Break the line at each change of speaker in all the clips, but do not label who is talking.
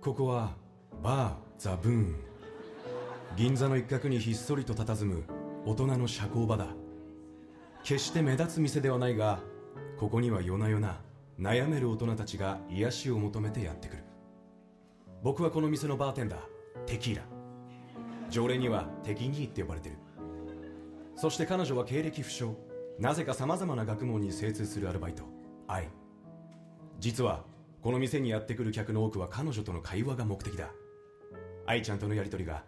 ここはバーザブーン銀座の一角にひっそりと佇む大人の社交場だ決して目立つ店ではないがここには夜な夜な悩める大人たちが癒しを求めてやってくる僕はこの店のバーテンダーテキーラ常連にはテキギーって呼ばれてるそして彼女は経歴不詳なぜか様々な学問に精通するアルバイト愛実はこの店にやってくる客の多くは彼女との会話が目的だ愛ちゃんとのやりとりが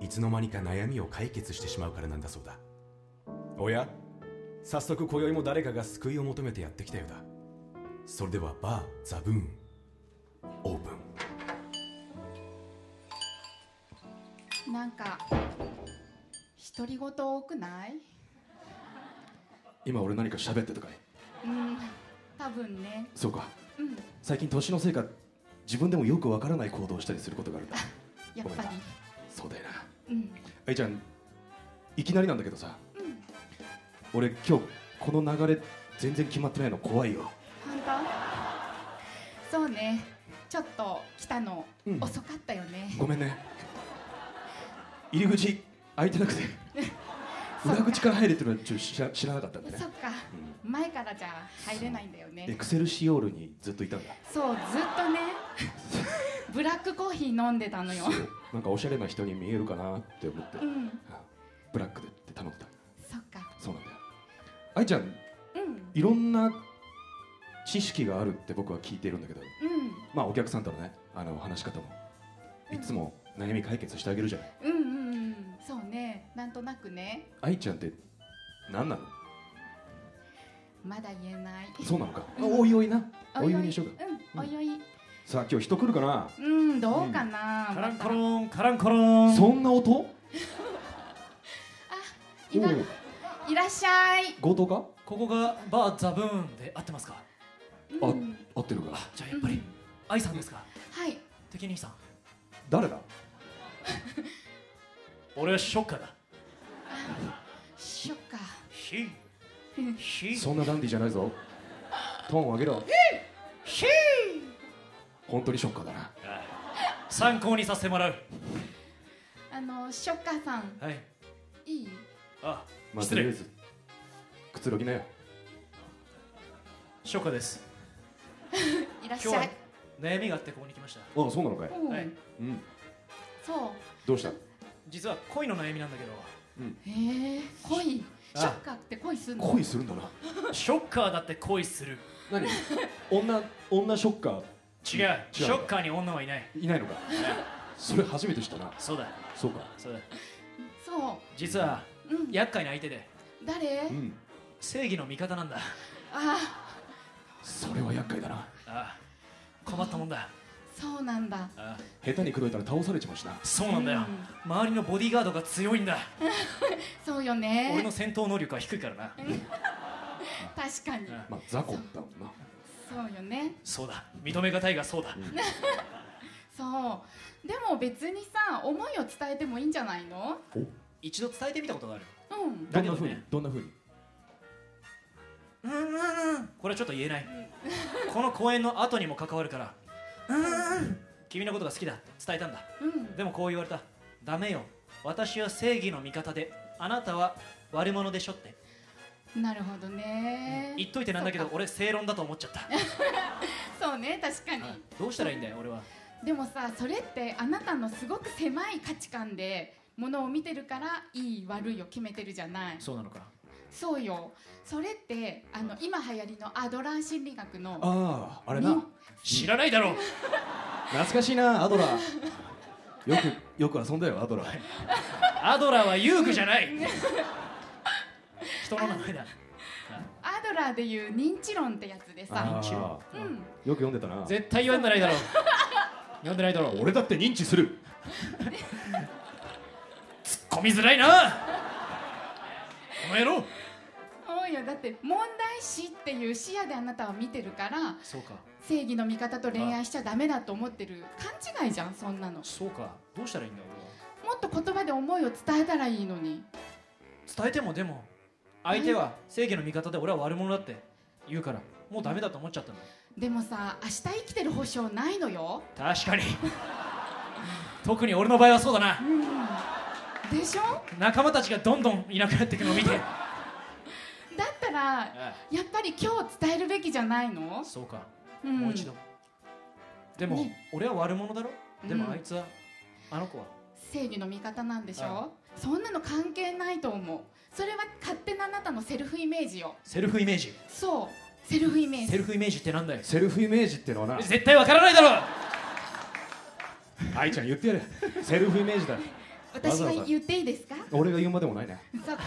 いつの間にか悩みを解決してしまうからなんだそうだおや早速今宵も誰かが救いを求めてやってきたようだそれではバーザブーンオープン
なんか独り言多くない
今俺何か喋ってとかい
うん多分ね
そうか
うん
最近年のせいか自分でもよくわからない行動をしたりすることがあるんだ
やっぱり
そうだよな
うん
愛ちゃんいきなりなんだけどさ、俺今日この流れ全然決まってないの怖いよ
本当そうねちょっと来たの
うん
遅かったよね、
ごめんね入り口開いてなくて
そっ
裏
か
口から入れってるのはちょっと知ら知らなかったんだね
そっか前からじゃ入れないんだよ
エ
ね
クセルシオールにずっといたんだ
そうずっと ねブラックコーヒー飲んでたのよ
そうなんかおしゃれな人に見えるかなって思って、
うん
あブラックでって頼んだ
そっか
そうなんだよ愛ちゃん
うん
いろんな知識があるって僕は聞いてるんだけどまあお客さんとのねあの話し方もいつも悩み解決してあげるじゃない
うんうんうんうんそうねなんとなくね
愛ちゃんって何なの
まだ言えない
そうなのかあおいおいなおいおいにしようか
うんおいおい
さあ今日人来るかな
うんどうかな、
カランコ
ま
ロン、カランコロン。
そんな音
たいら
おう
いらっしゃい、
強盗か
ここがバーザブーンで合ってますか。
あ
うん
合ってるか
じゃあやっぱり愛さんですか。
はい
適任さん。
誰だ
俺はショッカーだ。
しよっか
ヒー。ヒー。
そんなダンディじゃないぞトーンを上げろ
ヒー。
本当にショッカーだな
参考にさせてもらう。
あのしょっかさん
は
い
い。
い
あ、
まあ
失
とりあえ
礼。
ずくつろぎなよ
ショッカーです。
いらっし
今日
ゃ
はい悩みがあってここに来ました。
あそうなのかい
うん、
はい
うん
そう
どうした
実は恋の悩みなんだけど、
へえ恋
あ
ショッカーって恋すんの
恋するんだな
ショッカーだって恋する。
何女女ショッカ
違う。ショッカーに女はいない。
ーいないのかそれ初めて知ったな
そうだ。
そうか
そうだ。
そ
実は
ううん
厄介な相手で
誰
うん
正義の味方なんだ。
あ
それは厄介だな
ああ、困ったもんだ。
そうなんだ
ああ、
下手に口説いたら倒されちまうしな
そうなんだよ。
うん
周りのボディーガードが強いんだ、
そうよ
俺
ね
の戦闘能力は低いからな、
確かに
うん
まあ雑魚だもんな
そうよね
そうだ認めがたいがそうだ、
そうでも別にさ思いを伝えてもいいんじゃないの
一度伝えてみたことがある
うん
だけどね
どんなふうに
うーんこれはちょっと言えないこの公演の後にも関わるからうーん君のことが好きだって伝えたんだ
うん
でもこう言われたダメよ私は正義の味方であなたは悪者でしょって
なるほどね
言っといてなんだけど
そうか
俺正論だと思っちゃった、
そうね確かに
はいどうしたらいいんだよ俺は
でもさそれってあなたのすごく狭い価値観でものを見てるからいい悪いを決めてるじゃない
そうなのか
そうよそれってあの今流行りのアドラー心理学の
あああれ
み
なん
知らないだろう
懐かしいなアドラーよくよく遊んだよアドラー
アドラーは遊具じゃない人の名前だ
アドラーでいう認知論ってやつでさ
あ
認知
あ
論
う
うん
ん
よく読んでたな
絶対読んでないだろう読んでないだろう
俺だって認知する
ツッコみづらいなお前やろ
そうよだって問題視っていう視野であなたは見てるから
そうか
正義の味方と恋愛しちゃダメだと思ってる勘違いじゃんそんなのも
そうかどうしたらいいんだろ
っと言葉で思いを伝えたらいいのに
う伝えてもでも相手は正義の味方で俺は悪者だって言うからもうダメだと思っちゃったの
でもさ明日生きてる保証ないのよ
確かに特に俺の場合はそうだな
でしょ
仲間たちがどんどんいなくなっていくのを見 て
だったら
あ
やっぱり今日伝えるべきじゃないの
あ、そうか、
ん
もう一度でも、
ね
俺は悪者だろで
う
も
ん
あいつは、あの子は
正義の味方なんでし
あ
ょそんなの関係ないと思うそれは勝手なあなたのセルフイメージよ
セルフイメージ
そうセルフイメー
セ
ジ
ルフイメージってなんだよ
セルフイメージってのはな
絶対わからないだろ
愛ちゃん言ってやれセルフイメージだ
私
わ
が
ざわざ
言っていいですか
俺が言うまでもないね
そっか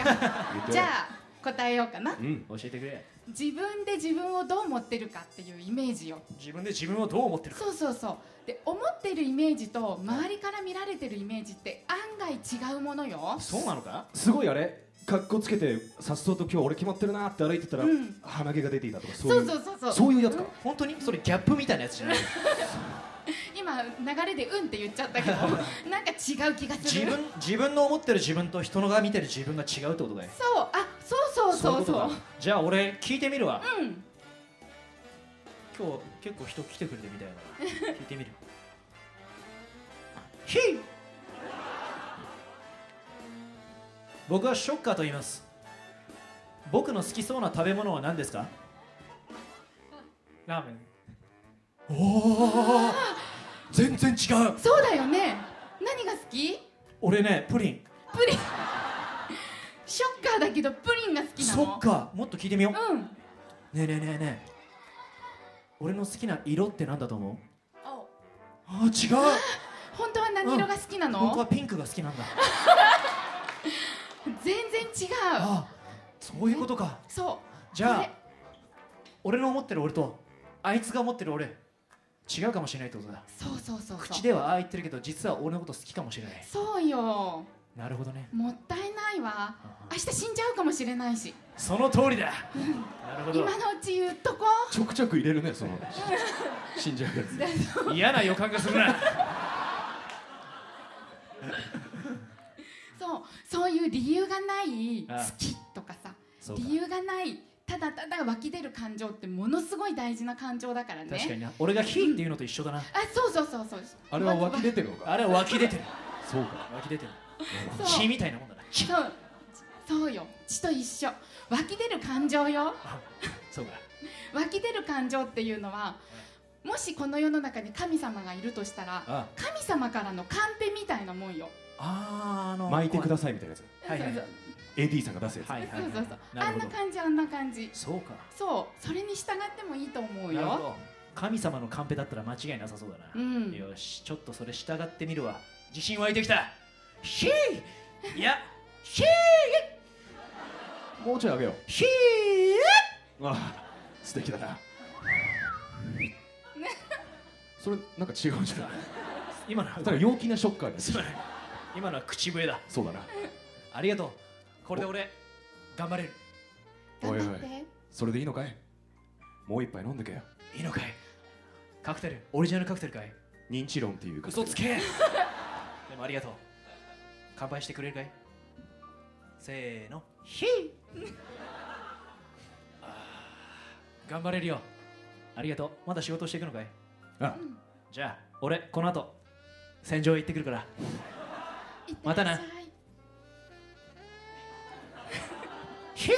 言 って
じ
や
ゃ
れ
あ答えようかな
うん
教えてくれ
自分で自分をどう思ってるかっていうイメージよ
自分で自分をどう思ってるか
そうそうそうで思ってるイメージと周りから見られてるイメージって案外違うものよ
そうなのか
すごいあれ格好つけてさっそうと今日俺決まってるなって歩いてたら、
うん
鼻毛が出ていたとかそう
そ
いう
うそうそうそう
そういうやつか、
本当にそれギャップみたいなや つじゃない
今流れで「うん」って言っちゃったけどなんか違う気がす
自
る
分自分の思ってる自分と人のが見てる自分が違うってことだよ
そうあそうそうそう
い
そ
こと
う
かじゃあ俺聞いてみるわ
うん
今日結構人来てくれてみたいな聞い てみるひい僕はショッカーと言います僕の好きそうな食べ物は何ですかラーメン おお全然違う
そうだよね何が好き
俺ねプリン
プリンショッカーだけどプリンが好きな
そ
の
っかもっと聞いてみよう
うん
ねえねえねえねえ俺の好きな色って何だと思う
青
あー違う
本当は何色が好きな
僕
の
は、ピンクが好きな んだ
全然違う
あそういうことか
そう
じゃ
こ
あ
れ
俺の思ってる俺とあいつが思ってる俺違うかもしれないってことだ
そうそうそうそう
口ではああ言ってるけど実は俺のこと好きかもしれない
そうよ
なるほどね
もったいないわ
あ
明日死んじゃうかもしれないし
その通 りだなるほ
今のうち言っとこ
ちょくちょく入れるねその死んじゃうやつ
ど嫌な予感がするな
うそうそういう理由がない
ああ
好きとかさ
そうか
理由がないただただ湧き出る感情ってものすごい大事な感情だからね
確かにな俺が「ヒーっていうのと一緒だな
あそうそうそうそう
あれは湧き
わ
出てるのか
あれは湧き出てる
そうか
湧き出てる
そう
血みたいなもんだな血
そうそうよ血と一緒湧き出る感情よ
そうか
湧き出る感情っていうのはもしこの世の中に神様がいるとしたら
あ
神様からのカンペみたいなもんよ
あーあの
巻いてくださいみたいなやつ
はいはいはい
AD さんが出すやつ、
はい
そ
は
う
い
そうそう
な
あん
る
な
ほど
感じあんな感じ
そうか
そうそれに従ってもいいと思う
なるほ
よ
ど神様のカンペだったら間違いなさそうだな
うん
よしちょっとそれ従ってみるわ自信湧いてきたひーいやひー
もうちょいあげよ
ひー
うああ素敵だなそれなんか違うんじゃない
今の
ただ陽気なショッカーです
すまない今のは口笛だ
そうだな
ありがとうこれで俺頑張れる
お
頑
いおい
張って
それでいいのかいもう一杯飲んでけよ
いいのかいカクテルオリジナルカクテルかい
認知論っていうか
嘘 つけでもありがとう乾杯してくれるかいせーのひーあー頑張れるよありがとうまだ仕事していくのかい
あ
じゃあ俺この後戦場へ行ってくるから
いって
またな
らっ しゃい
ひ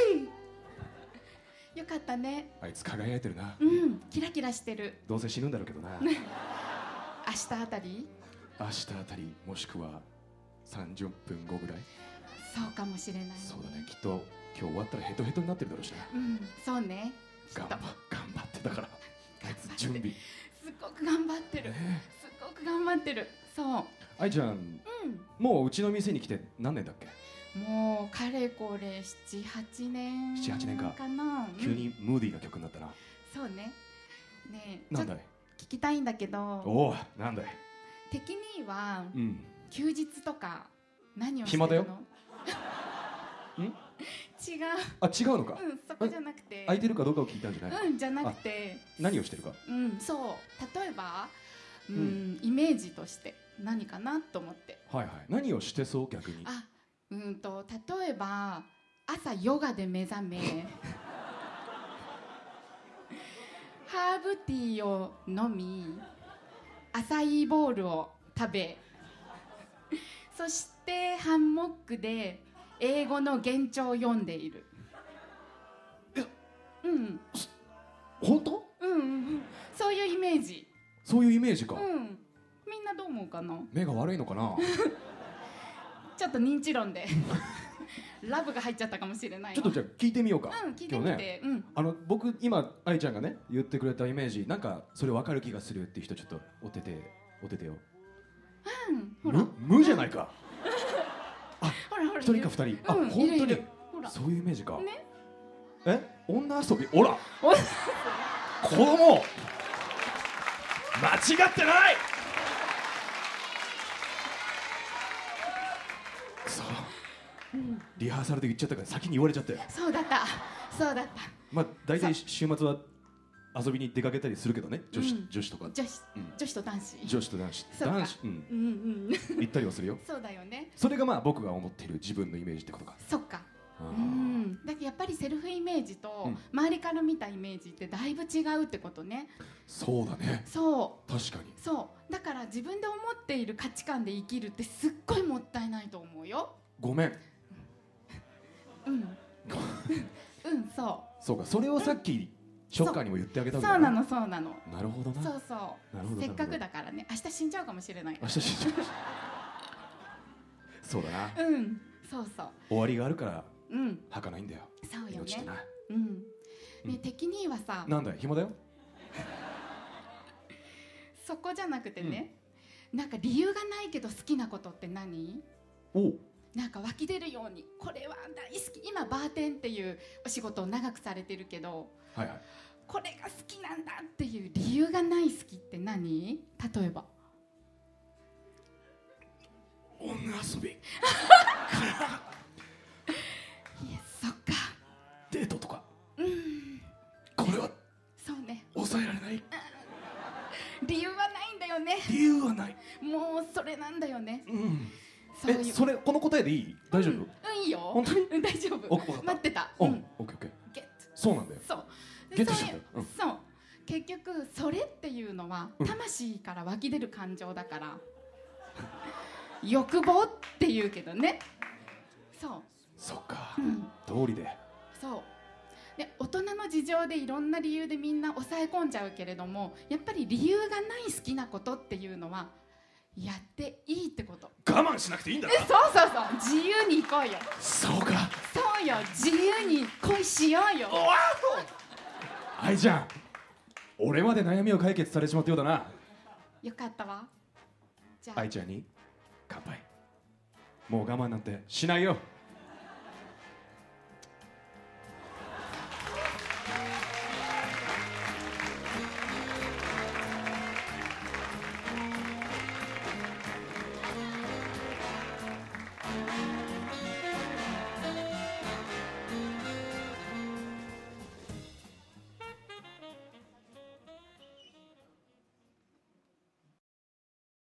ー
よかったね
あいつ輝いてるな
うんキラキラしてる
どうせ死ぬんだろうけどな
明日あたり
明日あたりもしくは30分後ぐらい
そうかもしれない
そうだねきっと今日終わったらヘトヘトになってるだろうしな
うんそうねきっ
頑
と
張頑張ってたからあいつ準備
すっごく頑張ってるすっごく頑張ってるそう
愛ちゃん
う
もううちの店に来て何年だっけ
んもうかれこれ78年
7 8年か
なうん
急にムーディーな曲になったな
そうねねえち
な
ょっ
ん
と
だい
聞きたいんだけど
おおなんだい
敵には
うん
休日とか何をしてる
暇
の
だよん
違う
あ違うのか
うんそこじゃなくて
空いてるかどうかを聞いたんじゃない
うんじゃなくて
何をしてるか
うんそう例えばうん、
うん
イメージとして何かなと思って
はいはい何をしてそう逆に
あうんと例えば朝ヨガで目覚め ハーブティーを飲みアサイーボールを食べそしてハンモックで英語の原著を読んでいるうん
本当
うんうんそういうイメージ
そういうイメージか、
うんみんなどう思うかな
目が悪いのかな
ちょっと認 知論でラブが入っちゃったかもしれない
ちょ
わ
っとじゃあ聞いてみようか、
うん聞いて
今
みて、
日ね
うん
あの僕今愛ちゃんがね言ってくれたイメージなんかそれ分かる気がするっていう人ちょっとおてておててよ
うんほら
む無じゃないか
ほらほら
一人か二人あ
うん
本当に
いるいるほら
そういうイメージか、
ね
え女遊びほら
お
子供間違ってないそう、リハーサルで言っちゃったから先に言われちゃったよ
そうだったそうだった
まあ大体し週末は遊びに出かけたりするけどね女子,、
うん
女子とか
女子、
うん
女子と男子
女子と男子
そうか
男子、うん、
うんうん
行ったりはするよ
そうだよね
それがまあ僕が思っている自分のイメージってことか
そっか
あ
う
ー
んだけどやっぱりセルフイメージと
うん
周りから見たイメージってだいぶ違うってことね
そうだね
そ
確かに
うそうだから自分で思っている価値観で生きるってすっごいもったいないと思うよ
ごめん
うん うんそ
そうかそれをさっきショッカーにも言ってあ げ
うそ
た
うん
だ
なのそうなの
なるほどな
そうそ
なるほ
う
ど
せっかくだからね明日死んじゃうかもしれないか
明日死んじゃう そうだな
らうんそうそう
終わりがあるから
うん
儚かないんだよ
そうよ
命って
ね
な
うん
うん
ね敵にはさ
なんだよ紐だよ
そこじゃなくてねなんか理由がないけど好きなことって何
おう
なんか湧き出るようにこれは大好き今バーテンっていうお仕事を長くされてるけど
はいはい
これが好きなんだっていう理由がない好きって何例えば
女遊び
いやそっか
デートとか
うん
これは
そうね
抑えられない
理由はないんだよね
理由はない
もうそれなんだよね
うん
そう
え
いう
それこの答えでいい大丈夫
うん、うんいいよ
本当に
うん大丈
おわかっ
夫
た
待ってた
う
うんん
オッケーオッケー
ゲッ
そうなんだよ
トそうで
ゲットし
そ
ち
うい
ゃ
う
ったよ
そう結局それっていうのは
うん
魂から湧き出る感情だから、 欲望っていうけどねそ
そっか
う、うん、
道理で
そうで大人の事情でいろんな理由でみんな抑え込んじゃうけれどもやっぱり理由がない好きなことっていうのはやっていいってこと
我慢しなくていいんだ
えそうそうそう自由に行こうよ
そうか
そうよ自由に恋しようよ
愛ちゃん俺まで悩みを解決されちまったようだな
よかったわじゃあ
愛ちゃんに乾杯もう我慢なんてしないよ